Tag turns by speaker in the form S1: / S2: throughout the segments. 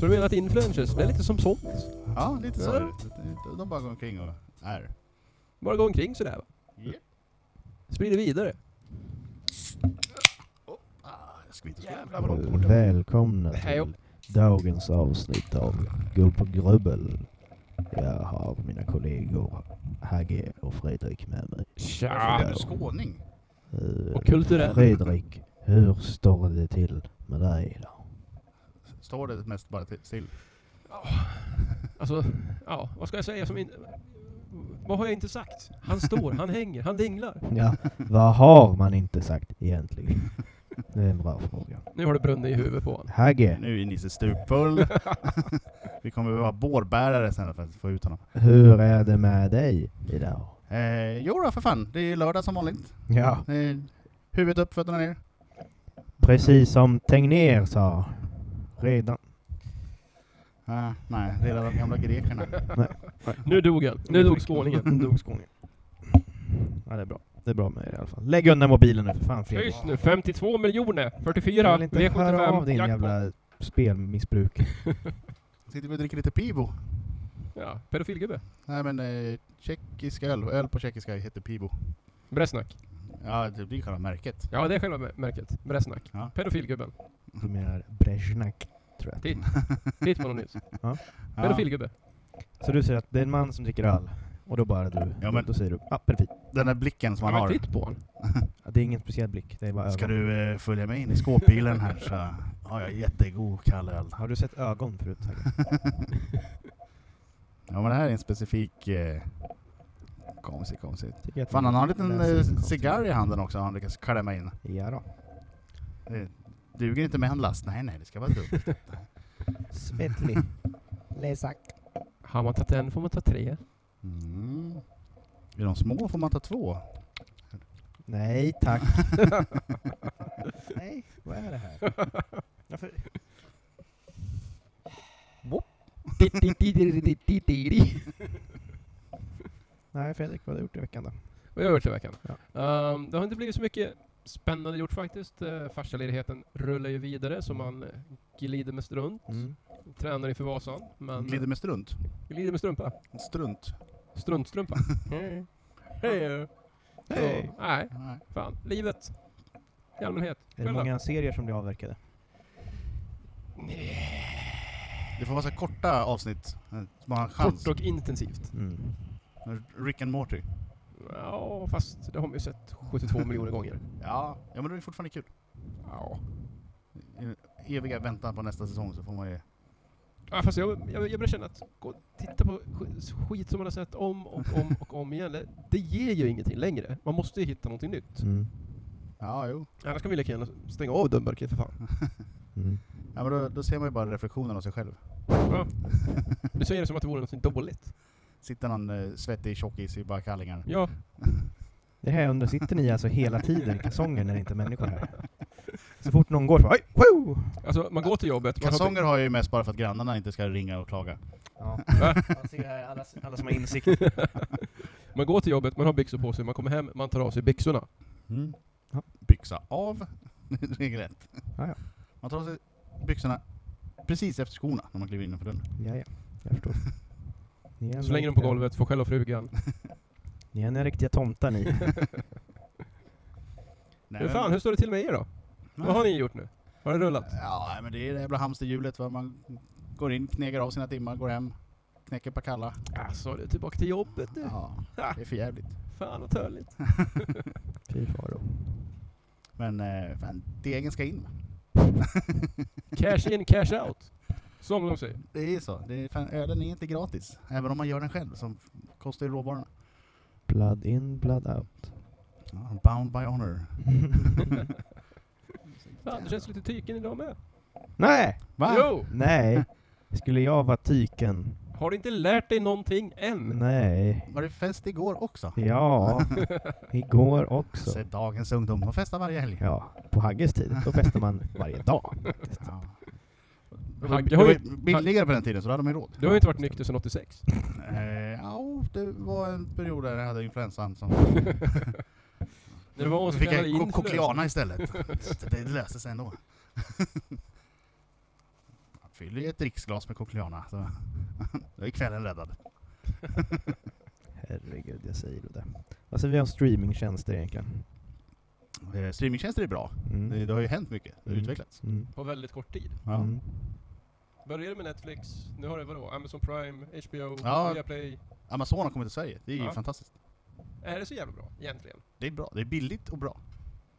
S1: Så du menar att influencers, det är lite som zombies?
S2: Ja, lite så.
S1: Ja.
S2: är det. De bara går omkring och är.
S1: Bara gå omkring sådär va?
S2: Yeah.
S1: Sprid det vidare.
S2: Ah, jag ska inte
S3: Jävlar vad
S1: Mm.
S3: långt borta. Välkomna
S1: Hej
S3: till dagens avsnitt av Gubb och Grubbel. Jag har mina kollegor Hagge och Fredrik med mig.
S2: Varför blev
S1: Tja!
S2: du skåning?
S3: Eh,
S1: Och kulturell.
S3: Fredrik, hur står det till med dig idag?
S2: Står det mest bara till- still?
S1: Alltså, ja, vad ska jag säga som inte... Vad har jag inte sagt? Han står, han hänger, han dinglar.
S3: Ja, vad har man inte sagt egentligen? Det är en bra fråga.
S1: Nu har det brunnit i huvudet på honom.
S3: Hagge,
S2: Nu är Nisse stupfull. Vi kommer behöva bårbärare sen för att få ut honom.
S3: hur är det med dig idag?
S2: Eh, jo då, för fan. Det är ju lördag som vanligt.
S3: Ja,
S2: Eh, huvudet upp, fötterna ner.
S3: precis som Tegnér sa redan.
S2: Ah, nej, det är de gamla grekerna.
S1: Nu dog han. Nu dog skåningen.
S3: Dog skåningen. Ja, det är bra. Det är bra med er i alla fall. Lägg undan mobilen nu för fan Fredrik.
S1: Tyst nu, 52 miljoner,
S3: Jag
S1: 44,
S3: vill inte höra av
S1: V75,
S3: din
S1: jackpot.
S3: jävla spelmissbruk.
S2: Sitter vi och dricker lite Pibo.
S1: Ja, pedofilgubbe.
S2: Nej men eh, tjeckisk öl. Öl på tjeckiska heter Pibo.
S1: Bräsnack.
S2: Ja, det blir själva märket.
S1: Ja, det är själva märket. Bräsnack.
S2: Ja.
S1: Pedofilgubben.
S3: Du menar Brezjnak, tror jag.
S1: Titt på något nytt.
S2: Ja,
S1: Pedofilgubbe.
S3: Så du säger att det är en man som dricker öl? Och då bara du?
S2: Ja, men-
S3: Då säger du ah, perfekt.
S2: den där blicken som
S1: Ja,
S2: man
S1: men
S2: har.
S1: titt på honom.
S3: Ja, det är ingen speciell blick, det är bara
S2: Ska
S3: ögon.
S2: du eh, följa med in i skåpbilen här så har jag jättegod kall öl.
S3: Har du sett ögon förut? Hagge?
S2: Ja men det här är en specifik... Eh, konstigt, konstigt.
S3: Tycker jag att
S2: Fan han har en liten
S3: läser
S2: eh,
S3: konstigt.
S2: cigarr i handen också han lyckas klämma in.
S3: Ja då.
S2: Det duger inte med en last. Nej nej, det ska vara dubbelt.
S3: Svetlig. Lesak.
S1: Har man tagit en får man ta tre.
S2: Mm. I de små får man ta två.
S3: Nej tack. Nej, vad är det här? Varför? Nej Fredrik, vad har du gjort i veckan då?
S1: Vad har jag gjort i veckan?
S3: Ja.
S1: Ehm, det har inte blivit så mycket spännande gjort faktiskt. Uh, Farsaledigheten rullar ju vidare så man eh, glider med strunt.
S3: Mm.
S1: Tränar inför Vasan. Men
S2: Glider med strunt.
S1: glider med strumpa.
S2: Strunt.
S1: Struntstrumpa. Hej. Hej.
S3: Hej.
S1: Så, Nej,
S2: Nej.
S1: fan. Livet. I allmänhet.
S3: Är det
S1: Själv då?
S3: många serier som blir avverkade?
S2: Det får vara så här korta avsnitt. eh, Så man har en chans.
S1: Kort och intensivt.
S3: Mm.
S2: Rick and Morty.
S1: Ja, fast det har man ju sett 72 miljoner gånger.
S2: Ja, ja men det är fortfarande kul.
S1: Ja.
S2: I- Eviga väntan på nästa säsong så får man ju...
S1: Ja, fast jag, jag, jag börjar känna att gå och titta på sk- skit som man har sett om och om och om igen, det, det ger ju ingenting längre. Man måste ju hitta någonting nytt.
S3: Mm.
S2: Ja, jo.
S1: Annars kan vi lika gärna stänga av Dumburken för fan.
S3: Mm.
S2: Ja, men då, då ser man ju bara reflektionen av sig själv.
S1: Ja. Du säger det som att det vore någonting dåligt.
S2: Sitter någon eh, svettig tjockis i bara kallingar.
S1: Ja,
S3: Det är här jag undrar, sitter ni alltså hela tiden i kalsonger när det inte är människor här? Så fort någon går så bara "Oj, wow!
S1: alltså man går till jobbet, man
S2: Kalsonger har jag ju mest bara för att grannarna inte ska ringa och klaga.
S3: Ja.
S1: Va?
S3: Man ser här alla, alla som har insikt.
S1: har, man går till jobbet, man har byxor på sig, man kommer hem, man tar av sig byxorna.
S3: Mm. Ja.
S2: Byxa av. det är rätt.
S3: Ja, ja.
S2: Man tar av sig byxorna precis efter skorna när man kliver innanför dörren.
S3: Ja, ja. Jag förstår. Ni är en
S1: Slänger dem på
S3: riktiga-
S1: golvet, får skälla frugan.
S3: Ni är en riktiga tomtar ni.
S2: Nej,
S1: Hur fan,
S2: men-
S1: hur står det till med er då?
S2: Nej.
S1: Vad har ni gjort nu? Har det rullat?
S2: Ja, nej, men det är det jävla hamsterhjulet. Va? Man går in, knegar av sina timmar, går hem, knäcker ett par kalla.
S1: Alltså, du är tillbaka till jobbet du.
S2: Ja,
S1: Ha.
S2: det är för jävligt.
S1: Fan vad töligt.
S3: Fy faro.
S2: Men eh, fan, degen ska in.
S1: Cash in, cash out. Som de säger.
S2: Det är så. Det är, fan, ölen är inte gratis. Även om man gör den själv, som kostar ju råvarorna.
S3: Blood in, blood out.
S2: Ja, bound by honor.
S1: Fan, det känns lite tyken idag med.
S3: Nej!
S2: Va?
S1: Jo!
S3: Nej! Skulle jag vara tyken?
S1: Har du inte lärt dig någonting än?
S3: Nej.
S2: Var det fest igår också?
S3: Ja. Igår också.
S2: Så dagens ungdom, de festar varje helg.
S3: Ja, på Hagges tid, då festar man varje dag.
S2: Ja. Det var,
S1: Hagge
S2: det
S1: har
S2: var
S1: ju-
S2: ju billigare på den tiden, så då hade man ju råd.
S1: Du har ju inte varit nykter sedan 86.
S2: Eh, ja, det var en period där jag hade influensan som...
S1: När det var någon
S2: Då
S1: som
S2: fick
S1: kallade
S2: jag ko-
S1: in
S2: kokliana istället. Så det löste sig ändå. fyller ju ett dricksglas med Coqueliana. Så då är kvällen räddad.
S3: Herregud, jag säger det. Alltså vi har streamingtjänster egentligen.
S2: Eh, Streamingtjänster är bra.
S3: Mm.
S2: Det, det har ju hänt mycket. Det har
S3: Mm.
S2: utvecklats.
S3: Mm.
S1: På väldigt kort tid.
S2: Ja.
S3: Mm.
S1: Började med Netflix, nu har det vadå? Amazon Prime, HBO,
S2: Ja.
S1: Viaplay.
S2: Amazon har kommit till Sverige. Det är ju
S1: Ja.
S2: fantastiskt.
S1: Är det så jävla bra egentligen?
S2: Det är bra. Det är billigt och bra.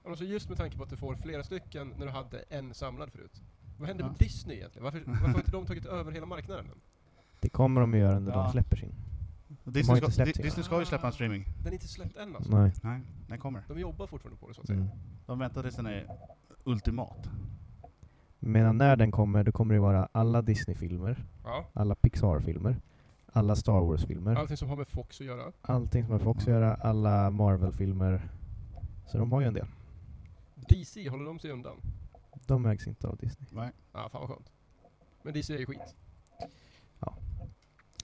S1: Alltså just med tanke på att du får flera stycken när du hade en samlad förut. Vad händer
S2: Ja.
S1: med Disney egentligen? Varför, varför har inte de tagit över hela marknaden än?
S3: Det kommer de att göra när
S2: Ja.
S3: de släpper sin.
S2: Disney
S3: inte
S2: ska,
S3: släppt
S2: Di-
S3: det.
S2: Disney ska ju
S1: Ah.
S2: släppa en streaming.
S1: Den är inte släppt än alltså.
S3: Nej.
S2: Nej, den kommer.
S1: De jobbar fortfarande på det så att säga.
S3: Mm.
S2: De väntar tills den är ultimat.
S3: Medan när den kommer, då kommer det vara alla Disney-filmer,
S1: Ja.
S3: alla Pixar-filmer, alla Star Wars-filmer,
S1: Allting som har med Fox att göra.
S3: allting som har Fox att göra, alla Marvel-filmer. Så de har ju en del.
S1: DC, håller de sig undan?
S3: De ägs inte av Disney.
S2: Nej.
S1: Ja, fan vad skönt. Men DC är ju skit.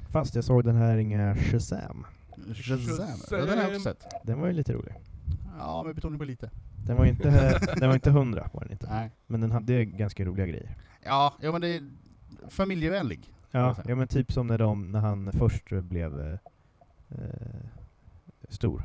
S3: Fast jag såg den här ringa Shazam.
S2: Shazam. Ja, den har jag också sett.
S3: Den var ju lite rolig.
S2: Ja, med betoning på lite.
S3: Den var inte, den var inte hundra, var den inte.
S2: Nej.
S3: Men den hade ganska roliga grejer.
S2: Ja, ja men det är familjevänlig.
S3: Ja, ja men typ som när, de, när han först blev eh, eh, stor.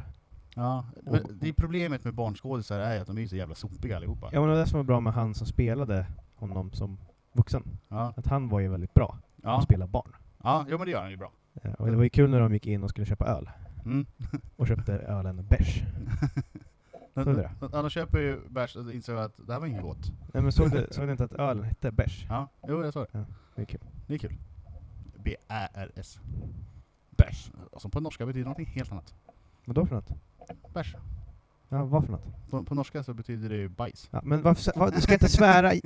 S2: Ja, men det är problemet med barnskådisar är ju att de är ju så jävla sopiga allihopa.
S3: Ja men det var det som var bra med han som spelade honom som vuxen.
S2: Ja,
S3: Att han var ju väldigt bra på att
S2: ja.
S3: spela barn.
S2: ja jo, men det gör han ju bra.
S3: Eh, Och det var ju kul när de gick in och skulle köpa öl.
S2: Mm.
S3: Och köpte ölen bärs. Såg du det?
S2: Ja, de köper ju bärs och insåg att det här var inget gott.
S3: Nej men såg du, såg du inte att ölen hette bärs?
S2: Ja, jo jag sa det.
S3: Det är kul.
S2: Det är kul. B-Ä-R-S. Bärs. Som på norska betyder någonting helt annat.
S3: Vadå för något?
S2: Bärs.
S3: Ja, vad för något?
S2: På, på norska så betyder det ju bajs.
S3: Ja, men varför, vad, du ska inte svära! i-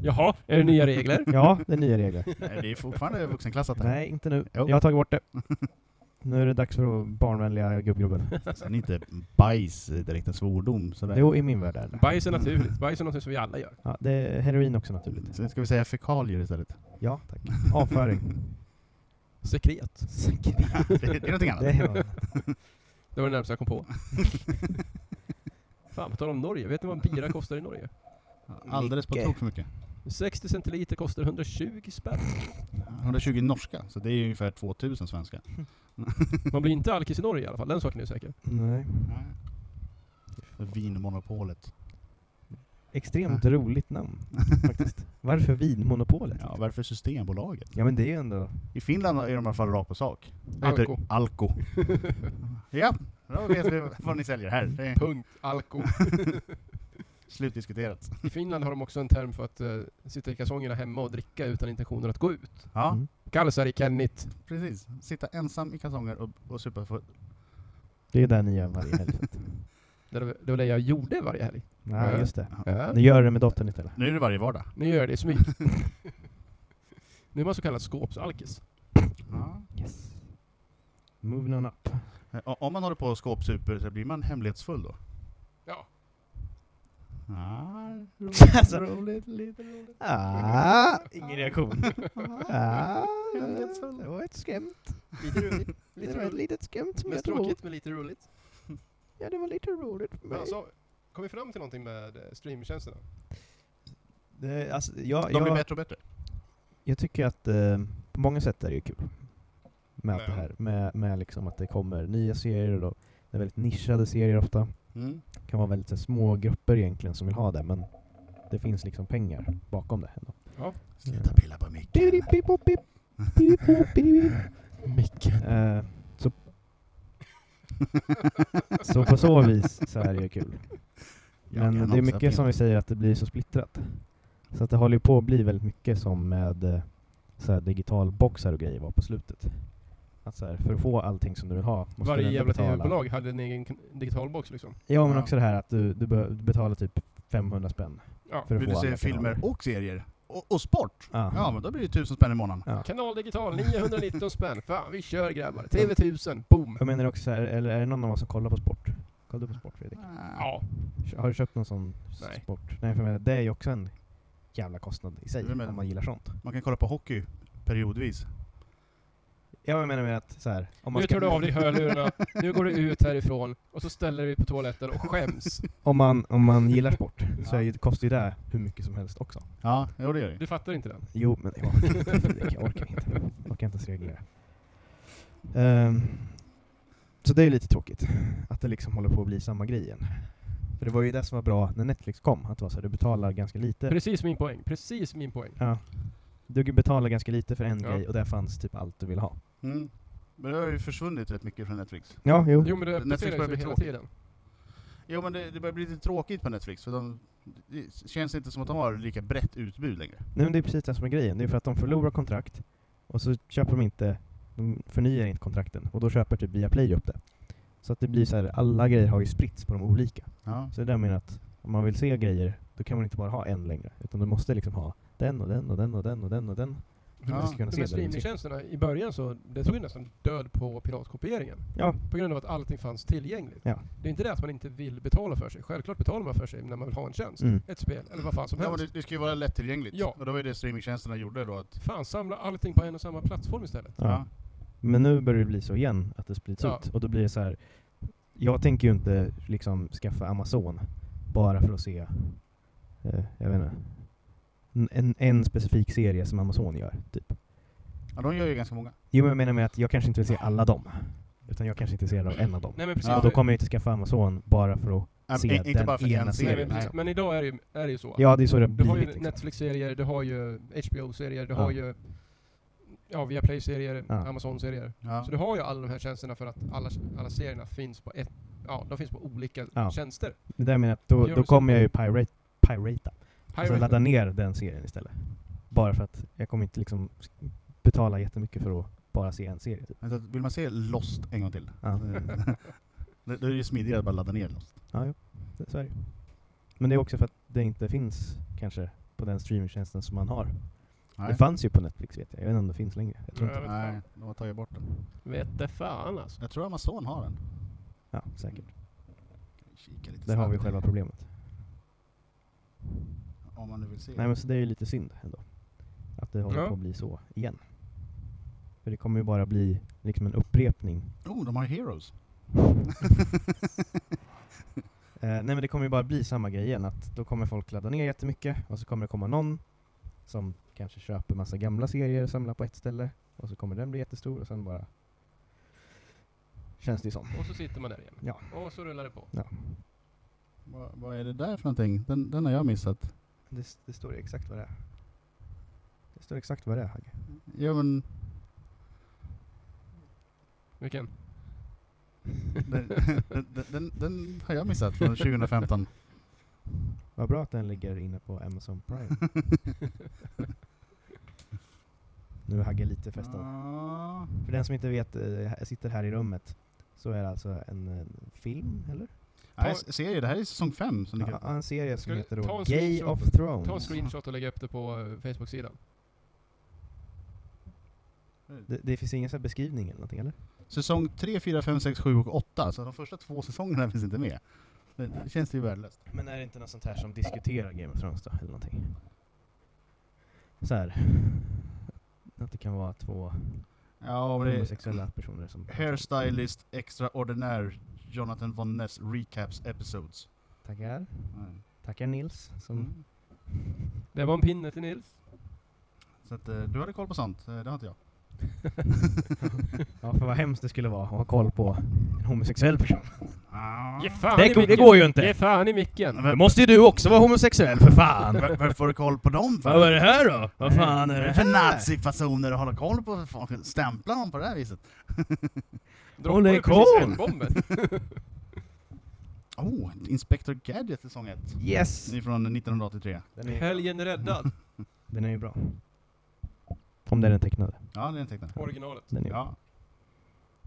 S1: Jaha, är det nya regler?
S3: Ja, det är nya regler.
S2: Nej, det är fortfarande vuxenklassat. här.
S3: Nej, inte nu.
S2: Jo.
S3: Jag har tagit bort det. Nu är det dags för barnvänliga gubbgubben.
S2: Sen är inte bajs direkt en svordom. Sådär.
S3: Jo, i min värld är det.
S1: Bajs är naturligt. Bajs är något som vi alla gör.
S3: Ja, det är heroin också naturligt.
S2: Typ Sen ska vi säga fekalier istället.
S3: Ja, tack. Avföring.
S1: Sekret.
S2: det, det är någonting annat.
S3: Det är något.
S1: Det var det närmaste jag kom på. Fan, på tal om Norge. Vet ni vad en bira kostar i Norge?
S2: Alldeles på
S3: Mycket.
S2: tok för mycket.
S1: 60 centiliter kostar 120 spänn.
S2: 120 norska, så det är ungefär 2000 svenska.
S1: Man blir inte alkis i Norge i alla fall, den saken är säker.
S3: Nej.
S2: Vinmonopolet.
S3: Extremt roligt namn, faktiskt. Varför Vinmonopolet?
S2: Ja, varför Systembolaget?
S3: Ja, men det är ju ändå...
S2: I Finland är de i alla fall rakt på sak. Det heter
S1: Alko.
S2: Alko. ja, då vet vi vad ni säljer här. Det är
S1: Punkt. Alko.
S2: slutdiskuterat.
S1: I Finland har de också en term för att eh, sitta i kalsongerna hemma och dricka utan intentioner att gå ut.
S2: Ja,
S3: Mm.
S1: Kalsar i Kennit.
S2: precis. Sitta ensam i kalsonger och, och supa för...
S3: Det är där ni gör varje helg. så att-
S1: Det var det var det jag gjorde varje helg.
S3: Nej, just det.
S1: Ja.
S3: Ni gör det med dottern istället.
S2: Nu är det varje vardag.
S1: Nu gör jag det i smyg. nu är man så kallad skåpsalkis.
S2: Ja.
S3: Yes. Moving on up.
S2: Eh, o- Om man håller på och skåpsuper så blir man hemlighetsfull då?
S1: Ja.
S2: Ah,
S3: Alltså.
S2: roligt, lite roligt.
S3: Ah, ingen reaktion. Ah,
S2: Hemlighetsfull.
S3: det var ett skämt.
S1: Lite roligt.
S3: Det
S1: Lite
S3: var ett
S1: roligt.
S3: litet skämt som
S1: Mest
S3: jag drog.
S1: tråkigt men lite roligt.
S3: Ja, det var lite roligt för
S1: Men
S3: mig.
S1: alltså, kom vi fram till någonting med eh, streamingtjänsterna?
S3: Det, alltså, jag,
S2: De blir
S3: jag,
S2: bättre och bättre.
S3: jag tycker att eh, på många sätt är det ju kul med allt det
S1: Men.
S3: här. Med, med liksom att det kommer nya serier och då, det är väldigt nischade serier ofta.
S2: Mm.
S3: Det kan vara väldigt så här, små grupper egentligen som vill ha det, men det finns liksom pengar bakom det. Ändå. Sluta
S2: pilla på micken.
S3: Pipipipip, pipipipip.
S1: Micken.
S3: Eh, så, så på så vis så är det ju kul. Men det är mycket som vi säger att det blir så splittrat. Så att det håller ju på att bli väldigt mycket som med eh, så här digitalboxar och grejer var på slutet. Att så här, för att få allting som du vill ha måste du
S1: Varje
S3: ändå
S1: jävla
S3: betala.
S1: TV-bolag hade en egen k- digital box liksom.
S3: Ja men
S2: Ja.
S3: också det här att du, du, be- du betalar typ 500 spänn.
S1: Ja.
S3: För att
S2: Vill
S3: få
S2: du se
S3: alla
S2: filmer
S3: kanaler.
S2: och serier? Och, och sport?
S3: Ja.
S2: Ja, men då blir det tusen spänn i månaden.
S3: Ja.
S1: Kanal Digital 919 spänn. Fan, vi kör grabbar. TV1000, boom!
S3: Jag menar också så här, eller är det någon av oss som kollar på sport? Kollar du på sport Fredrik?
S2: Ah,
S1: Ja.
S3: Kö- Har du köpt någon sån
S1: Nej.
S3: sport? Nej för jag menar, det är ju också en jävla kostnad i sig
S2: Jag menar-
S3: om man gillar sånt.
S2: Man kan kolla på hockey periodvis.
S3: Ja, jag menar med att så här, om, man
S1: Nu
S3: ska,
S1: tar du av dig hörlurarna, nu går du ut härifrån och så ställer du dig på toaletten och skäms.
S3: om, man, om man gillar sport så
S2: Ja.
S3: är, ju- kostar ju det hur mycket som helst också.
S2: Ja, jo det gör det.
S1: Du fattar inte den?
S3: Jo, men jag orkar inte. Jag orkar inte, jag orkar inte ens reglera. Ehm, så det är ju lite tråkigt, att det liksom håller på att bli samma grej igen. För det var ju det som var bra när Netflix kom, att det var så här, du betalar ganska lite.
S1: Precis min poäng, precis min poäng.
S3: Ja. Du betalar ganska lite för en
S1: Ja.
S3: grej och där fanns typ allt du ville ha.
S2: Mm. Men det har ju försvunnit rätt mycket från Netflix.
S3: Ja, jo.
S1: Jo men det
S2: Netflix
S1: uppdaterar
S2: börjar
S1: ju sig
S2: bli
S1: hela
S2: tråkigt.
S1: tiden.
S2: Jo men det, det börjar bli lite tråkigt på Netflix, för de, det känns inte som att de har lika brett utbud längre.
S3: Nej, men det är precis det som är grejen. Det är för att de förlorar kontrakt och så köper de inte, de förnyar inte kontrakten och då köper typ Viaplay upp det. Så att det blir så här, alla grejer har ju spritts på de olika.
S2: Ja.
S3: Så det där menar att om man vill se grejer, då kan man inte bara ha en längre, utan du måste liksom ha den och den och den och den och den och den. För
S2: Ja.
S3: att du ska kunna
S1: De
S3: se
S1: här
S3: det du vill se.
S1: streamingtjänsterna i början så, det tog ju nästan död på piratkopieringen.
S3: Ja.
S1: På grund av att allting fanns tillgängligt.
S3: Ja.
S1: Det är inte det att man inte vill betala för sig. Självklart betalar man för sig när man vill ha en tjänst.
S3: Mm.
S1: Ett spel, eller vad fan som
S2: Ja, men
S1: helst.
S2: det, det ska ju vara lättillgängligt.
S1: Ja.
S2: Och det var ju det streamingtjänsterna gjorde då. Att,
S1: Fan, samla allting på en och samma plattform istället.
S3: Ja. Men nu börjar det bli så igen, att det sprids
S1: Ja.
S3: ut. Och då blir det så här. Jag tänker ju inte liksom skaffa Amazon bara för att se, eh, jag vet inte, en- en, en specifik serie som Amazon gör. Typ.
S2: ja, de gör ju ganska många.
S3: Jo, men jag menar med att jag kanske inte vill se alla dem. Utan jag kanske är intresserad av en av dem.
S1: Nej men precis.
S2: Ja.
S3: Och då kommer jag inte skaffa Amazon bara för att...
S2: Nej,
S3: Se
S2: men in- inte
S3: den
S2: bara för
S3: ena
S2: en liksom.
S1: Nej,
S2: serie.
S1: men,
S2: Nej.
S1: precis. men idag är det ju, är det ju så.
S3: Ja, det är så det har
S1: Du har
S3: blivit.
S1: ju
S3: Liksom.
S1: Netflix-serier, du har ju HBO-serier, du
S3: Ja.
S1: har ju ja, Viaplay-serier,
S3: Ja.
S1: Amazon-serier.
S2: Ja.
S1: Så du har ju alla de här tjänsterna för att alla, alla serierna finns på ett Ja, de finns på olika
S3: Ja.
S1: tjänster.
S3: Det där menar jag att då,
S1: Gör
S3: då
S1: du så.
S3: kommer jag ju pirate, pirata. Alltså
S1: Pirate-
S3: ladda ner den serien istället. Bara för att jag kommer inte liksom betala jättemycket för att bara se en serie. Typ.
S2: Men så att Vill man se Lost en gång till?
S3: Ja.
S2: det, då är det ju smidigare att bara ladda ner Lost.
S3: Det- Så är det. ju. Men det är också för att det inte finns kanske på den streamingtjänsten som man har. Det
S2: Nej.
S3: fanns ju på Netflix vet jag. Jag vet inte om det finns längre. Jag tror
S1: Nej.
S3: inte.
S1: vet
S2: Nej,
S1: fan.
S2: de har tagit bort den.
S1: Vet det fan alltså.
S2: Jag tror Amazon har den.
S3: Ja, säkert.
S2: Kika lite
S3: Där har vi
S2: snabbt.
S3: själva problemet.
S2: Om man nu vill se.
S3: Nej men så det är ju lite synd ändå. Att det håller
S1: Ja.
S3: på att bli så igen. För det kommer ju bara bli liksom en upprepning
S2: Oh, de har Heroes.
S3: Eh, nej men det kommer ju bara bli samma grej igen, att då kommer folk ladda ner jättemycket och så kommer det komma någon som kanske köper massa gamla serier och samlar på ett ställe och så kommer den bli jättestor och sen bara känns det ju som.
S1: Och så sitter man där igen.
S3: Ja.
S1: Och så rullar det på.
S2: Vad, vad är det där för någonting? Den, den har jag missat.
S3: Det, står ju exakt vad det är. Det står exakt vad det är Hagge.
S2: Ja men...
S1: Vilken?
S2: Den, den, den, den, den har jag missat från 2015.
S3: Vad bra att den ligger inne på Amazon Prime. nu är Hagge lite festad.
S2: Ja.
S3: För den som inte vet, eh, här- sitter här i rummet, så är det alltså en, eh, film, eller?
S2: Nej, jag ser ju, det här är säsong fem. Som ni kan...
S3: Ja, en serie
S1: Ska
S3: som
S1: vi
S3: heter
S1: ta
S3: då
S1: en
S3: Gay
S1: screenshot?
S3: of Thrones.
S1: Ta en screenshot och lägg upp det på eh, Facebook-sidan.
S3: Det, det finns ingen så här beskrivning eller någonting eller?
S2: Säsong 3, 4, 5, 6, 7 och 8. Så de första två säsongerna finns inte med. Det, det känns ju värdelöst.
S3: Men är det inte något sånt här som diskuterar Game of Thrones då, eller någonting? Så här. Att det kan vara två
S2: Ja, men det är
S3: homosexuella personer som...
S2: Hairstylist extraordinär Jonathan Von Ness recaps episodes.
S3: Tackar. Tackar Nils. Som,
S2: Mm.
S1: Det var en pinne till Nils.
S2: Så att, eh, du hade koll på sånt, Eh, det har inte jag.
S3: Ja, för vad hemskt det skulle vara att ha koll på en homosexuell person.
S1: Ge fan
S3: Det,
S1: i
S3: går- det
S1: micken.
S3: går ju
S1: Ge
S3: inte!
S1: fan i micken!
S3: Då måste ju du också vara homosexuell, för fan!
S2: Var- Varför får du koll på dem
S3: Vad var det här då? Vad fan är det
S2: för
S3: här?
S2: nazifasoner att hålla koll på folk? Stämpla dem på det här viset.
S1: Droppade
S3: Håll i
S1: precis
S3: koll!
S1: N-bomben.
S2: Oh, Inspector Gadget säsong 1.
S3: Yes!
S2: Det är från 1983.
S3: Den är,
S1: Helgen är räddad.
S3: den är ju bra. Om den är tecknad.
S2: Ja, det är en tecknare.
S1: Originalet.
S3: Den är ju
S2: Ja.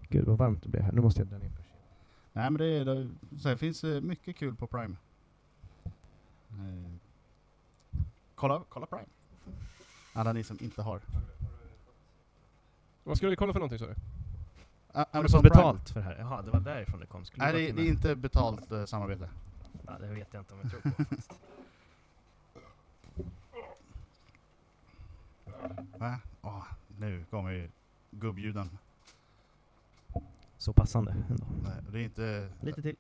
S3: Gud vad varmt det blev här. Nu måste jag dra ner på
S2: Nej men det, är, det, så här, finns eh, mycket kul på Prime. Eh, kolla, kolla Prime. Alla ni som inte har.
S1: Vad ska du kolla för någonting sa du?
S2: A-
S3: Har du fått betalt för det här? Jaha, det var därifrån det kom. Skulle
S2: Nej
S3: du
S2: det,
S3: varit
S2: det är
S3: med?
S2: inte betalt eh, samarbete.
S3: Ja, det vet jag inte om jag tror på. faktiskt.
S2: Va? Åh, nu kommer ju gubbljuden.
S3: så passande ändå.
S2: Nej, det är inte...
S3: Lite till.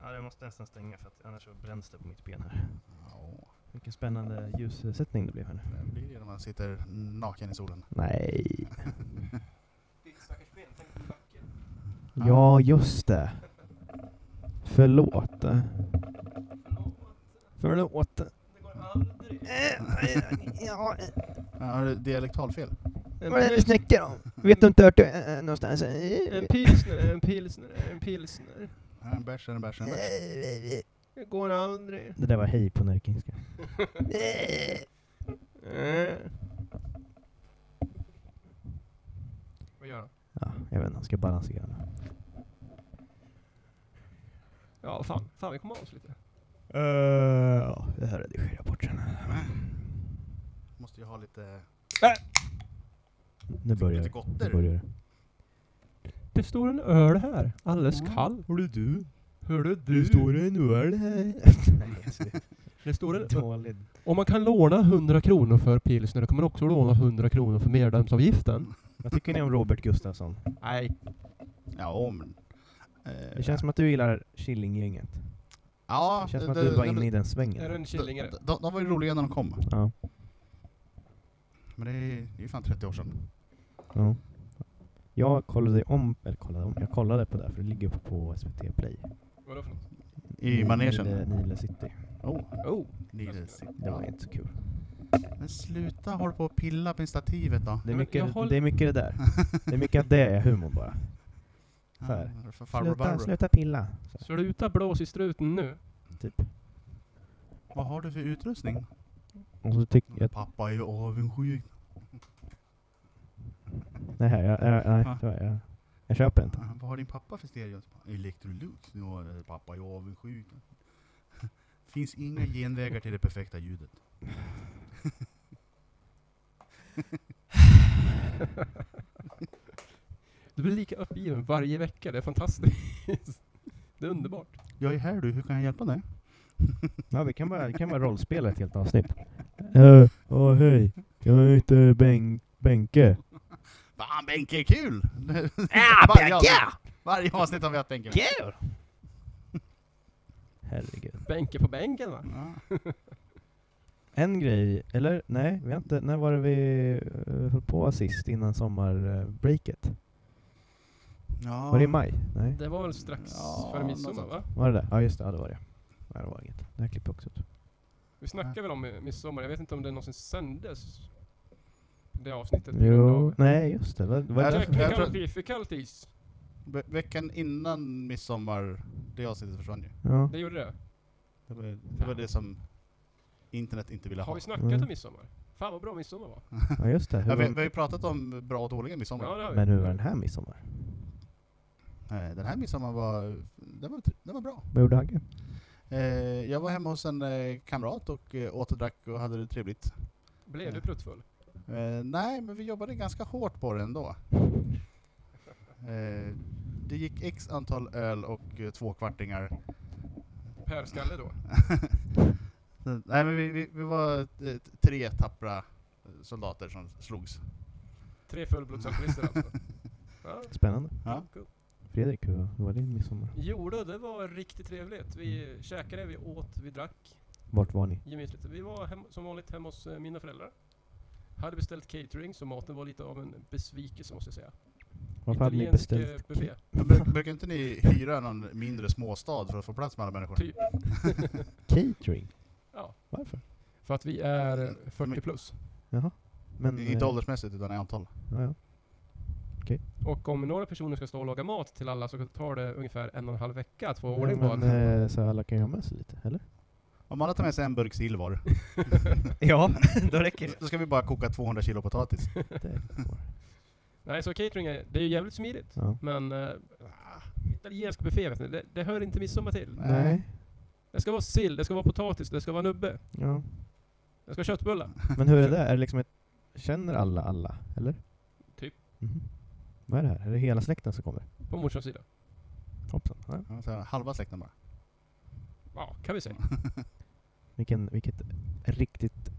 S3: Ja, jag måste nästan stänga för att annars så bränns det på mitt ben här.
S2: Ja,
S3: Vilken spännande ljussättning det blev här nu.
S2: det blir det när man sitter naken i solen.
S3: Nej.
S1: Ditt stackars ben, tänk på backen.
S3: Ja, just det. Förlåt. Förlåt.
S1: Det går aldrig.
S3: Ja,
S2: Ja, Har du dialektalfel?
S3: vad är det du snackar om? Vet du inte vart du är någonstans?
S1: En pilsner, en pilsner, en pilsner.
S2: Ja, En bärs är en bärs är en bärs.
S1: Det går aldrig.
S3: Det där var hej på närkingska.
S1: Vad gör han?
S3: Ja, jag vet inte, han ska balansera.
S1: Ja, fan, fan vi kom av oss lite.
S3: Uh, ja, det här redigerar jag bort sen.
S2: Måste ju ha lite...
S3: Nu börjar
S2: Lite
S3: det.
S2: gotter.
S3: Nu börjar det.
S1: Det står en öl här, alldeles
S2: Mm.
S1: kall.
S3: Hörru du,
S1: Hörde du?
S3: en öl här. Nej, alltså, det
S1: Det står en
S3: är dåligt.
S1: Om man kan låna 100 kronor för pilsner, då kan man också låna 100 kronor för medlemsavgiften.
S3: Vad tycker ni om Robert Gustafsson?
S1: Nej.
S2: Ja, om... Eh,
S3: Det känns som att du gillar Killinggänget.
S2: ja,
S3: Det känns som att
S2: det-
S3: du var
S2: nej,
S3: inne i
S2: men-
S3: den
S1: Är
S3: svängen.
S1: det en killingare?
S2: de, de, de var ju roliga när de kom.
S3: Ja.
S2: Men det är det är ju fan 30 år sedan.
S3: ja. Jag kollade om, eller kollade om, jag kollade på det här för det ligger på, på SVT Play.
S1: Vadå för något?
S2: I manegen.
S3: Nile, Nile City.
S2: Oh,
S1: Oh.
S2: Nile
S3: Det var inte så kul.
S2: Men sluta hålla på och pilla på stativet då.
S3: Det är
S1: men jag
S3: mycket,
S1: håll-
S3: det, är mycket det där. Det är mycket att det är humor bara.
S2: Ja,
S3: här.
S2: vad är det för farbror
S3: Sluta,
S2: Barbro.
S3: sluta pilla. Så,
S1: Sluta blås i struten nu.
S3: typ.
S2: Vad har du för utrustning?
S3: Och så tycker
S2: Mm.
S3: jag...
S2: Pappa är ju avundsjuk.
S3: Nej, jag, jag, jag, nej,
S2: Ja.
S3: så är jag, jag köper inte.
S2: Ja, Vad har din pappa för stereo? Electrolux. Nu har eh, pappa är avundsjuk. Finns inga genvägar till det perfekta ljudet.
S1: Du blir lika uppgiven varje vecka, det är fantastiskt. Det är underbart.
S2: Jag är här du, hur kan jag hjälpa dig?
S3: Ja, vi kan bara, vi kan bara rollspela ett helt avsnitt. Åh, hej. Jag heter Benk Benke.
S2: Fan Benke, kul! varje, avsnitt, varje avsnitt har vi haft Benke.
S3: Kul! Herregud.
S1: Bänke på bänken va?
S2: Ja.
S3: En grej, eller nej, vi har inte, när var det vi eh, höll på sist innan sommarbreaket?
S2: Ja.
S3: Var det i maj? Nej,
S1: Det var väl strax
S2: Ja,
S1: före midsommar
S2: något
S1: va?
S3: var det det? Ja just det, ja, det var det. Nej det var inget. Det här klipper jag också ut.
S1: Vi snackade väl om eh, midsommar, jag vet inte om det någonsin sändes. Det avsnittet. på grund
S3: Jo,
S1: av-
S3: nej just det. Vad, vad
S2: Nej,
S3: är det
S2: det-
S3: för-
S2: jag tror-
S1: Technicalities.
S2: Ve- veckan innan midsommar, det avsnittet försvann ju.
S3: ja.
S1: Det gjorde det.
S2: Det var det, var det som internet inte ville
S1: Har
S2: ha.
S1: vi snackat
S3: Mm.
S1: om midsommar? Fan vad bra midsommar var.
S3: ja just det. Hur
S2: Ja, vi, vi
S3: var,
S2: har ju pratat om bra och dåliga midsommar.
S1: Ja, det har vi.
S3: men hur var den här midsommar?
S2: Eh, Den här midsommar var, den var, den var bra.
S3: Vad gjorde Hagge?
S2: Eh, Jag var hemma hos en eh, kamrat och eh, åt och drack och hade det trevligt.
S1: Blev du pruttfull?
S2: Eh, nej, men vi jobbade ganska hårt på det ändå. Eh, det gick x antal öl och eh, två kvartingar.
S1: Per skalle då?
S2: Så, nej, men vi, vi, vi var eh, tre tappra eh, soldater som slogs.
S1: Tre fullblodsalkoholister alltså? Ja,
S3: Spännande.
S2: Ja.
S1: cool.
S3: Fredrik, hur hur var din midsommar?
S1: Jo då, det var riktigt trevligt. Vi käkade, vi åt, vi drack
S3: Vart var ni?
S1: gemytligt. Vi var hem, som vanligt hemma hos eh, mina föräldrar. Hade beställt catering, så maten var lite av en besvikelse måste jag säga.
S3: Varför hade ni
S1: Italiensk, eh,
S3: beställt?
S1: buffé.
S2: Men Bruk, brukar inte ni hyra någon mindre småstad för att få plats med alla människor?
S1: Typ.
S3: Catering?
S1: Ja,
S3: Varför?
S1: för att vi är eh, 40
S2: Men-
S1: plus.
S3: Jaha. Men,
S2: Inte
S3: eh,
S2: åldersmässigt utan i antal.
S3: ja, ja.
S1: Och om några personer ska stå och laga mat till alla så tar det ungefär en och en halv vecka att få
S3: Ja,
S1: ordning på
S3: men,
S1: allt.
S3: eh, så alla kan ju ha med sig lite, eller?
S2: Om alla tar med sig en burk sill var,
S3: Ja, då räcker
S2: då ska vi bara koka 200 kilo potatis.
S3: det.
S1: Nej, så catering är, det är ju jävligt smidigt.
S3: Ja.
S1: Men eh, ah, italiensk buffé, vet ni, det, det hör inte midsommar till.
S3: Nej.
S1: Det ska vara sill, det ska vara potatis, det ska vara nubbe,
S3: Ja.
S1: det ska vara köttbullar.
S3: Men hur är det där? Är det liksom ett, känner alla alla, eller?
S1: Typ.
S3: Mhm. Vad är det här? Är det hela släkten som kommer?
S1: På morsans sida.
S3: Hoppsan. Ja.
S2: Ja, så här, Halva släkten bara.
S1: Ja, kan vi säga.
S3: Vilken, vilket riktigt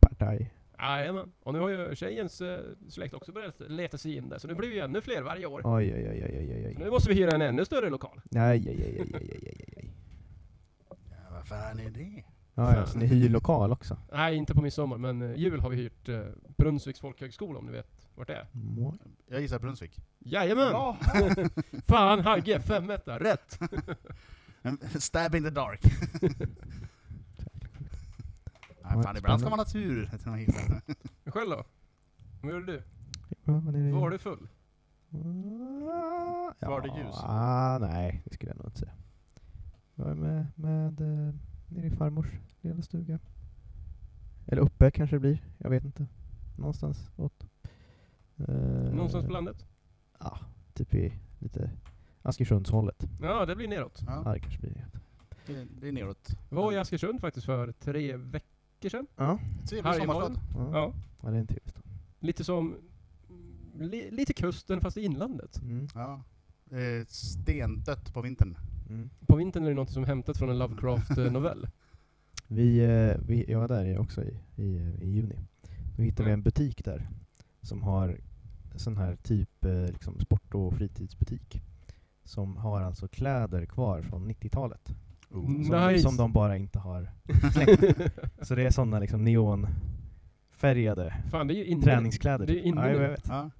S3: partaj.
S1: Jajamän. Och nu har ju tjejens eh, släkt också börjat leta sig in där, så nu blir vi ännu fler varje år.
S3: Oj, oj, oj, oj, oj, oj.
S1: Nu måste vi hyra en ännu större lokal.
S3: Nej, oj, oj, oj, oj, oj, oj, oj.
S2: Ja, vad fan är det?
S3: Ja, ja, så ni hyr lokal också?
S1: Nej, inte på midsommar, men eh, jul har vi hyrt eh, Brunnsviks folkhögskola om ni vet vart det är.
S3: Må-
S2: Jag gissar Brunsvik.
S1: Jajamän! Fan Hagge, femetta, rätt!
S2: Stab in the dark. Nej, fan, ibland
S3: spännande.
S2: ska man ha tur. till att hitta.
S1: Själv då? Vad gjorde du?
S3: Ja, men är det-
S1: Var du full?
S3: Mm. Ja,
S2: Var det ljus?
S3: Ah, nej, det skulle jag nog inte säga. Jag var med, med eh, nere i farmors lilla stuga. Eller uppe kanske det blir, jag vet inte. Någonstans åt... eh,
S1: Någonstans på landet?
S3: Ja, typ i lite Askersundshållet.
S1: Ja, det blir neråt.
S3: Ja,
S2: Ja,
S3: det kanske blir det.
S2: det, det är neråt.
S1: Var i Askersund faktiskt för tre veckor sedan.
S3: Ja.
S2: Trevlig sommarstad.
S1: Hargemorgon.
S3: Ja.
S1: Ja.
S3: ja, det är en trevlig stad.
S1: Lite som... mm, Li, lite kusten fast i inlandet.
S3: Mm.
S2: Ja. Eh, stendött på vintern.
S3: Mm.
S1: På vintern är det något som är hämtat från en eh, Lovecraft-novell.
S3: Vi, eh, vi, jag var där i- också i, i, i juni. Då hittade
S1: Mm.
S3: vi en butik där som har sån här typ eh, liksom sport och fritidsbutik. Som har alltså kläder kvar från 90-talet.
S2: Mm.
S3: Som,
S1: Nice.
S3: som de bara inte har slängt. Så det är såna liksom neonfärgade
S1: Fan, det är ju inne.
S3: träningskläder.
S1: det är
S3: typ.
S1: inne
S3: ja, jag
S1: nu.
S3: vet.
S2: Ja.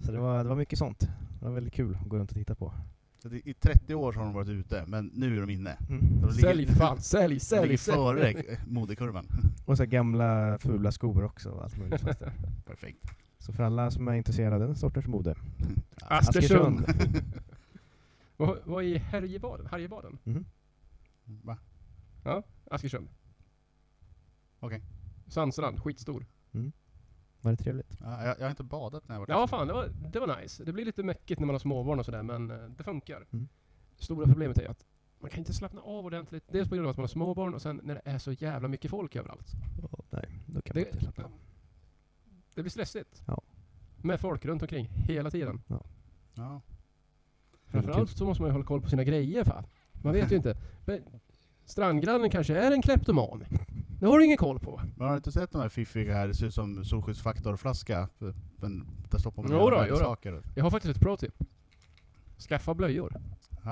S3: Så det var, det var mycket sånt. Det var väldigt kul att gå runt och titta på.
S2: Så det, I 30 år så har de varit ute, men nu är de inne.
S3: Mm.
S2: De
S1: Sälj för fan, sälj,
S2: de ligger
S1: sälj, sälj!
S2: före eh, modekurvan.
S3: Och så här gamla fula skor också. och Allt möjligt fanns där.
S2: Perfekt.
S3: så för alla som är intresserade av den sorters mode.
S1: Askersund! Vad vad är Härjebaden? Härjebaden?
S3: Mhm.
S2: Va?
S1: Ja, Askersund.
S2: Okej.
S1: Sandstrand, skitstor.
S3: Var det trevligt?
S2: Ja, jag, jag har inte badat när jag var
S1: Ja, fan, det var, det var nice. Det blir lite mäckigt när man har småbarn och sådär, men eh, det funkar.
S3: Mm.
S1: Stora problemet är att man kan inte slappna av ordentligt. Dels på grund av att man har småbarn och sen när det är så jävla mycket folk överallt.
S3: nej, då kan
S1: Det-
S3: man inte slappna av.
S1: Det blir stressigt.
S3: Ja.
S1: Med folk runt omkring hela tiden.
S2: Ja.
S1: Framförallt så måste man ju hålla koll på sina grejer. Fan. Man vet ju inte. Men strandgrannen kanske är en kleptoman. Det har du ingen koll på.
S2: Men har du inte sett de här fiffiga här? Det ser ut som solskyddsfaktorflaska. För- Men där stoppar man
S1: Jo
S2: hela
S1: då,
S2: världens
S1: jo då.
S2: saker.
S1: Jag har faktiskt ett pro tip. Skaffa blöjor.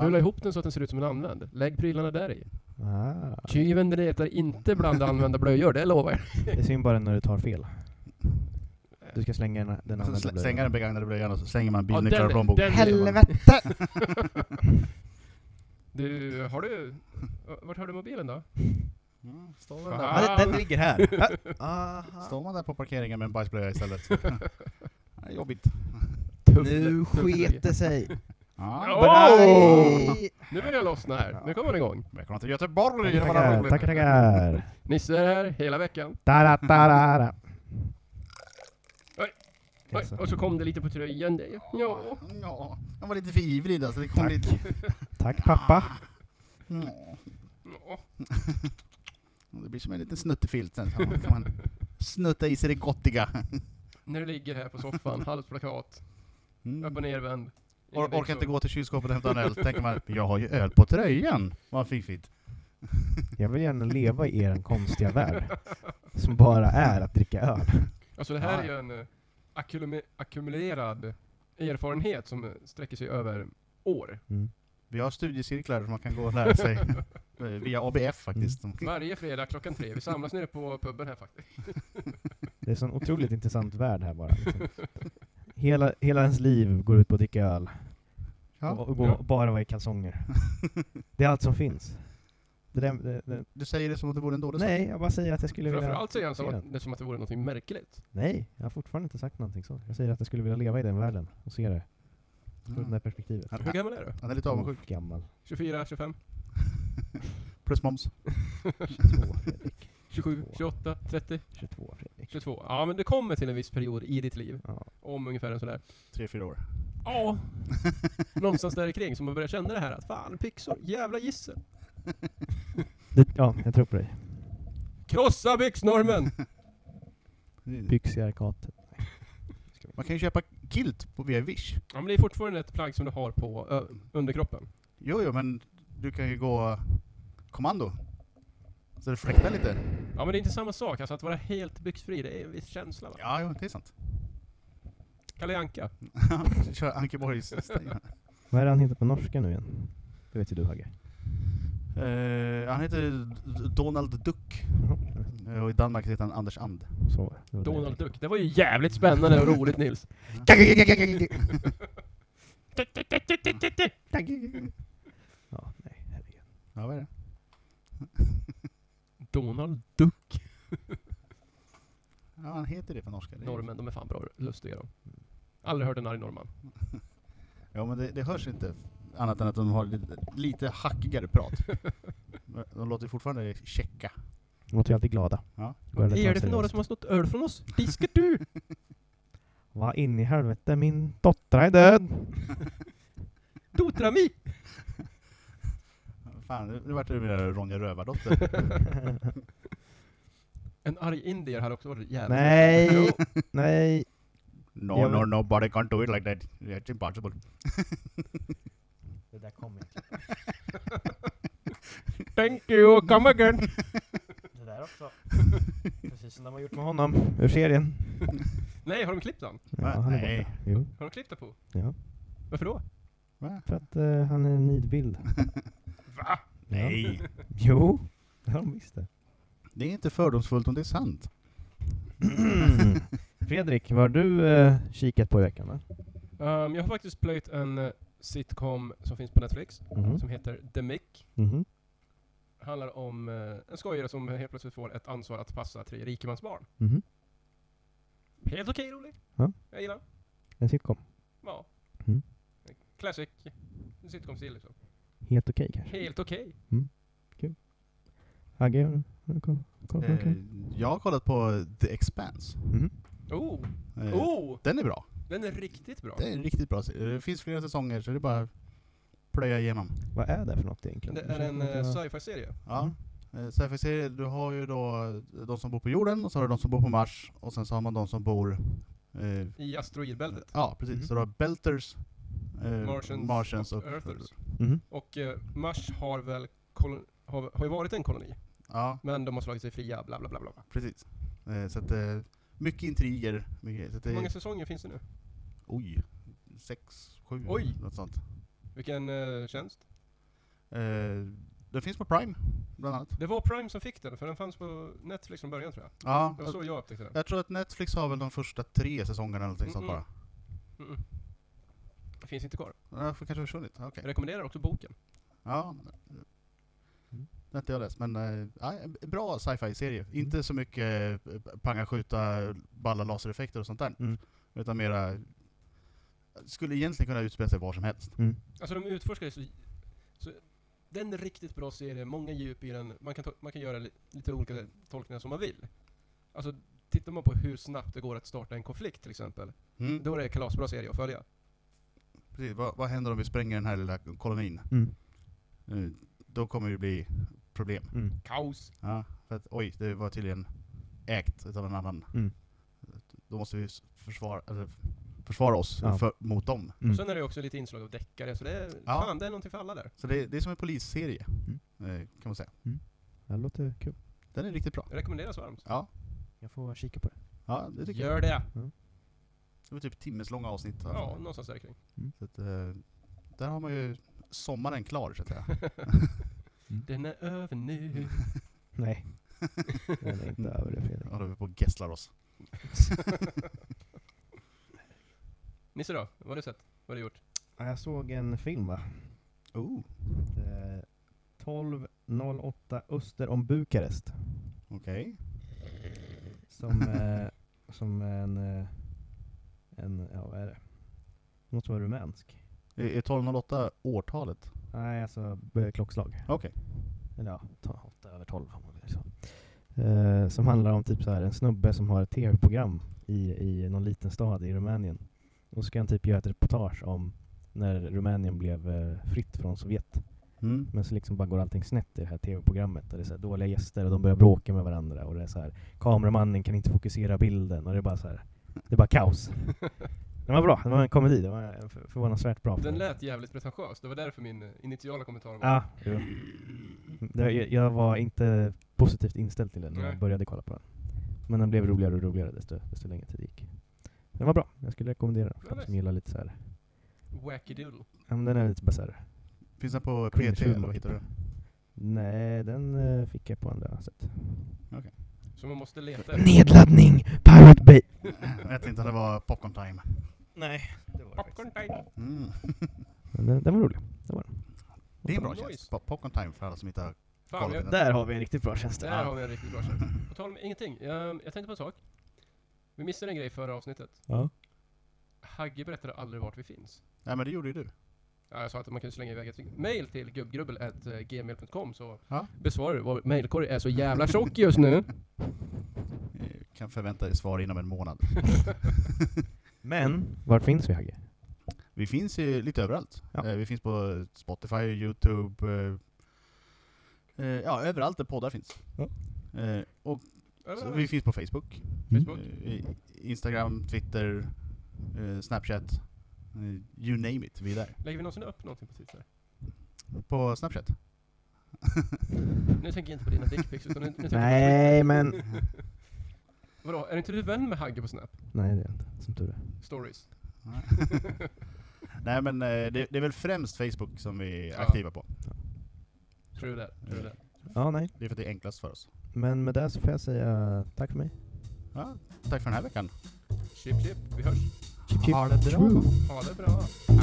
S1: Rulla
S2: Ja.
S1: ihop den så att den ser ut som en använd. Lägg prylarna där i.
S3: Ah,
S1: Tjuven letar inte bland använda blöjor, det lovar jag.
S3: det är synd bara när du tar fel. Du ska Alltså, slänga den, den
S2: Och så
S3: andra
S2: Alltså, slä-
S3: blöjan.
S2: Slänga den begagnade blöjan och så slänger man
S1: Ja,
S2: bilnycklar och
S1: den-
S2: plånbok.
S1: den-
S2: Helvete!
S1: Du, har du... ö, Vart har du mobilen då?
S2: Mm, står, man
S1: Fan.
S2: där,
S3: Ah, den, den ligger här! Aha.
S2: står man där på parkeringen med en bajsblöja istället? Ja, jobbigt.
S3: Nu sket det sig!
S2: Ja.
S1: Ja.
S3: Nej!
S1: Nu börjar jag lossna här. Nu kommer den igång.
S2: Välkomna till Göteborg! det var
S3: Tackar,
S2: roligt.
S3: tackar, tackar!
S1: Nisse är här hela veckan.
S3: Tara, tara,
S1: Oj. Oj, och så kom det lite på tröjan. Det. Ja.
S2: Ja, han var lite för ivrig där, så det kom lite...
S3: Tack pappa!
S2: Ja,
S1: ja.
S2: Det blir som en liten snuttefilt sen. Så kan man snutta i sig det gottiga.
S1: När du ligger här på soffan, halvt plakat,
S2: Mm.
S1: upp och nervänd.
S2: Or- orkar inte gå till kylskåpet och hämta en öl. tänker man, jag har ju öl på tröjan. Vad fiffigt.
S3: Jag vill gärna leva i er konstiga värld. Som bara är att dricka öl.
S1: Alltså det här är ju en eh, ackulumi- ackumulerad erfarenhet som eh, sträcker sig över år.
S3: Mm.
S2: Vi har studiecirklar som man kan gå och lära sig. eh, Via ABF faktiskt.
S1: Varje fredag klockan tre. Vi samlas nere på puben här faktiskt.
S3: Det är en sån otroligt intressant värld här bara. Liksom. Hela, hela ens liv går ut på att dricka öl.
S2: Ja.
S3: Och, och gå,
S1: Ja.
S3: bara vara i kalsonger. Det är allt som finns. Det där, det, det,
S2: Du säger det som om det vore en dålig
S3: nej, jag bara säger att jag skulle vilja...
S1: Framförallt så är det som att, det är som att det vore något märkligt.
S3: Nej, jag har fortfarande inte sagt någonting så. Jag säger att jag skulle vilja leva i den världen och se det
S2: sak.
S3: från det
S2: Mm.
S3: här perspektivet.
S2: Han,
S1: Hur
S2: han-
S1: gammal är du?
S2: han är lite avundsjuk.
S3: Oh, gammal.
S1: 24, 25,
S2: Plus moms.
S3: 22 Fredrik.
S1: 27, 28, 30,
S3: 22 Fredrik.
S1: 22. Ja men det kommer till en viss period i ditt liv.
S3: Ja.
S1: Om ungefär en sådär.
S2: Tre, fyra år.
S1: Ja. Någonstans där kring som man börjar känna det här att fan byxor, jävla gissel.
S3: Det, ja, jag tror på dig.
S1: Krossa byxnormen!
S3: Byxiga katet.
S2: Mm. Man kan ju köpa kilt på via Wish.
S1: Ja men det är fortfarande ett plagg som du har på ö- underkroppen.
S2: Jo, jo, men du kan ju gå kommando. Så det fläktar lite.
S1: Ja, men det är inte samma sak. Alltså att vara helt byxfri, det är en viss känsla. Va?
S2: Ja, jo, det är sant.
S1: Kalle Anka.
S2: Kör Ankeborgs stil.
S3: Vad är det han heter på norska nu igen? Det vet ju du Hagge.
S2: Eh, Han heter Donald Duck.
S3: Jaha,
S2: Eh, Och i Danmark heter han Anders And.
S3: Så, var det. Det var det.
S1: Donald Duck. Det var ju jävligt spännande och roligt Nils.
S3: Ja, nej, herregud.
S2: Ja, vad är det?
S1: Donald Duck.
S2: Ja, han heter det på norska. Det är-
S1: Norrmän, de är fan bra lustiga de. Aldrig hört en arg norrman.
S2: Ja, men det, det hörs inte annat än att de har lite, lite hackigare prat. Men de låter fortfarande checka.
S3: De låter ju alltid glada.
S2: Ja.
S3: Går
S1: Vad
S3: aldrig
S1: är
S3: att
S1: det
S3: ta
S1: för
S3: seriöst.
S1: några som har snott öl från oss? Diska du!
S3: Vad in i helvete, min dotter är död!
S1: Dotra mig!
S2: Fan, nu nu vart det mer Ronja Rövardotter.
S1: En arg indier hade också varit jävligt
S3: nej,
S1: Jo,
S3: nej.
S2: No,
S3: Ja,
S2: no,
S3: men-
S2: nobody can do it like that. It's impossible.
S3: Det där kommer inte.
S1: Thank you, come again!
S3: Det där också. Precis som de har gjort med honom ur serien.
S1: Nej, har de klippt han?
S3: Ja, han är
S2: Nej.
S3: borta. Jo,
S1: Har de klippt det på?
S3: Ja.
S1: Varför då?
S2: Va?
S3: för att eh, han är en nidbild.
S1: Va?
S2: Nej,
S3: Jo, det har de visst det.
S2: det är inte fördomsfullt om det är sant.
S3: Fredrik, vad har du eh, kikat på i veckan? va?
S1: Ehm, jag har faktiskt plöjt en eh, sitcom som finns på Netflix,
S2: Mm.
S3: Mhm.
S1: som heter The Mick.
S3: Mhm.
S1: Handlar om eh, en skojare som helt plötsligt får ett ansvar att passa tre rikemansbarn.
S3: Mhm.
S1: Helt okej rolig.
S3: Ja.
S1: Jag gillar den.
S3: En sitcom.
S1: Ja.
S3: Mm.
S1: Classic sitcom-stil liksom.
S3: Helt okej kanske?
S1: Helt okej.
S3: Hagge, har du koll? koll på
S2: Eh,
S3: någonting?
S2: jag har kollat på The Expanse.
S3: Mhm.
S1: Oh!
S2: Eh,
S1: Oh!
S2: Den är bra.
S1: Den är riktigt bra.
S2: Det är en riktigt bra serie. Det finns flera säsonger så det är bara att plöja igenom.
S3: Vad är det för något egentligen?
S1: Det
S3: känns
S1: är en
S3: som att jag-
S1: eh, sci-fi-serie.
S2: Ja. Eh, Så här för serier, du har ju då de som bor på jorden, och så har du de som bor på Mars, och sen så har man de som bor... Eh,
S1: I asteroidbältet.
S2: ja, precis.
S3: Mhm.
S2: Så du har Belters, eh,
S1: Martians, och, Earthers.
S3: Mhm.
S1: Och eh, Mars har väl kolon- har, har ju varit en koloni,
S2: Ja,
S1: men de har slagit sig fria, bla bla bla. bla.
S2: precis. Eh, så att, eh, mycket intriger. Mycket, så att
S1: Hur
S2: det,
S1: många säsonger finns det nu?
S2: oj, sex, sju,
S1: Oj.
S2: något sånt.
S1: Vilken eh, tjänst?
S2: Eh, den finns på Prime, bland annat.
S1: Det var Prime som fick den, för den fanns på Netflix från början tror jag.
S2: Ja,
S1: Det var så jag upptäckte den.
S2: jag tror att Netflix har väl de första tre säsongerna eller någonting sånt
S1: Mm, mm.
S2: bara.
S1: Mm. Det finns inte kvar.
S2: Ja, för kanske försvunnit. Ja, Okej.
S1: Jag rekommenderar också boken.
S2: Ja.
S3: Mm.
S2: Det har inte jag läst, men eh, ja, en bra sci-fi-serie. Inte så mycket eh, panga, skjuta, balla lasereffekter och sånt där.
S3: Mm.
S2: Utan mera... Skulle egentligen kunna utspela sig var som helst.
S3: Mm.
S1: Alltså de utforskar ju så, så... Det är en riktigt bra serie, många djup i den. Man kan, to- man kan göra li- lite olika tolkningar som man vill. Alltså, tittar man på hur snabbt det går att starta en konflikt till exempel,
S2: Mm.
S1: då är det en kalasbra serie att följa.
S2: Precis. Vad, vad händer om vi spränger den här lilla kolonin?
S3: Mm.
S2: Eh, Då kommer det bli problem.
S3: Mm.
S1: Kaos!
S2: Ja, för att, oj, det var tydligen ägt utav en annan.
S3: Mm.
S2: Då måste vi s- försvara, eller, försvara oss
S3: Ja.
S2: för, mot dem.
S3: Mm.
S1: Och sen är det också lite inslag av deckare, så det är,
S2: Ja.
S1: fan, det är någonting för alla där.
S2: Så det, det är som en polisserie,
S3: Mm.
S2: eh, kan man säga.
S3: Det här låter kul.
S2: Den är riktigt bra.
S1: Det rekommenderas varmt.
S2: Ja,
S3: Jag får kika på det.
S2: ja det tycker jag.
S1: Gör det!
S2: Det var typ timmeslånga avsnitt. i alla
S1: Ja,
S2: fall.
S1: någonstans där kring.
S2: Så att, eh, där har man ju sommaren klar, så att säga.
S1: Den är över nu.
S3: Nej. Den är inte över det Fredrik.
S2: Ja, då är vi på och gesslar oss.
S1: Nisse då, vad har du sett? Vad har du gjort?
S3: Ja, Jag såg en film va?
S2: Oh,
S3: Eh, 12.08 öster om Bukarest.
S2: okej.
S3: Som, eh, som en, eh, en, ja vad är det? Måste vara rumänsk.
S2: Är är 1208 årtalet?
S3: Nej, alltså b- klockslag.
S2: Okej.
S3: Eller ja, ta- åtta över 12 om man säger så. Eh, som handlar om typ så här, en snubbe som har ett tv-program i, i någon liten stad i Rumänien. Och så ska han typ göra ett reportage om när Rumänien blev eh, fritt från Sovjet.
S2: Mm.
S3: Men så liksom bara går allting snett i det här tv-programmet. Och det är så här dåliga gäster och de börjar bråka med varandra. Och det är så här, kameramannen kan inte fokusera bilden. Och det är bara så här, det är bara kaos. Den var bra, det var en komedi. Det var en för- förvånansvärt bra.
S1: Den
S3: film.
S1: lät jävligt pretentiös, det var därför min eh, initiala kommentar var
S3: Ja. jo. Det, jag- jag var inte positivt inställd till den när jag
S1: Nej.
S3: började kolla på den. Men den blev roligare och roligare desto, desto längre tid gick. Den var bra. Jag skulle rekommendera den för
S1: Ja,
S3: de
S1: nice.
S3: som gillar lite så här.
S1: Wacky Doodle.
S3: Ja, men den är lite basär.
S2: Finns den på PT?
S3: Cringe
S2: Eller
S3: humor. typ.
S2: vad hittar du den?
S3: Nej, den eh, fick jag på andra sätt.
S1: Så man måste leta efter.
S3: Nedladdning! Pirate Bay!
S2: Jag tänkte att det var Popcorn Time.
S3: Nej, det var
S1: Popcorn time.
S2: Mm.
S3: Men den, den var rolig. Den var den.
S2: Det är en bra
S1: Nice.
S2: tjänst. Po- Popcorn Time för alla som inte har
S1: Fan, jag,
S2: kollat den.
S3: Där har vi en riktigt bra tjänst.
S1: där har vi en riktigt bra chans. På tal om ingenting. ehm, Jag, jag tänkte på en sak. Vi missade en grej förra avsnittet.
S3: Ja.
S1: Hagge berättade aldrig vart vi finns.
S2: Nej men det gjorde ju du.
S1: Ja, jag sa att man kan slänga iväg ett mail till gubbgrubbel.gmail.com så
S2: Ja.
S1: besvarar du. Vår mailkorg är så jävla tjock just nu.
S2: Eh, Kan förvänta er svar inom en månad.
S3: Men, var finns vi Hagge?
S2: Vi finns ju lite överallt.
S3: Ja.
S2: Eh, Vi finns på Spotify, Youtube, eh, eh, ja överallt där poddar finns.
S3: Ja.
S2: Eh, Och så vi
S1: Överallt.
S2: finns på Facebook,
S1: Facebook.
S2: eh, Instagram, Twitter, eh, Snapchat. Eh, You name it, vi är där.
S1: Lägger vi någonsin upp någonting på Twitter?
S2: På Snapchat?
S1: Nu tänker jag inte på dina dickpics utan nu, nu tänker jag på
S3: Nej, men...
S1: Twitter. Vadå, är inte du vän med Hagge på Snap?
S3: Nej, det är jag inte. Som tur är.
S1: Stories?
S2: Nej men eh, det, det är väl främst Facebook som vi är
S1: Ja.
S2: aktiva på.
S1: True that. True that.
S3: Ja, nej.
S2: Det är för att det är enklast för oss.
S3: Men med det så får jag säga tack för mig.
S2: Ja, tack för den här veckan.
S1: Chip chip, vi hörs.
S3: Chip, chip.
S2: Ha det bra.
S3: True.
S1: Ha det bra.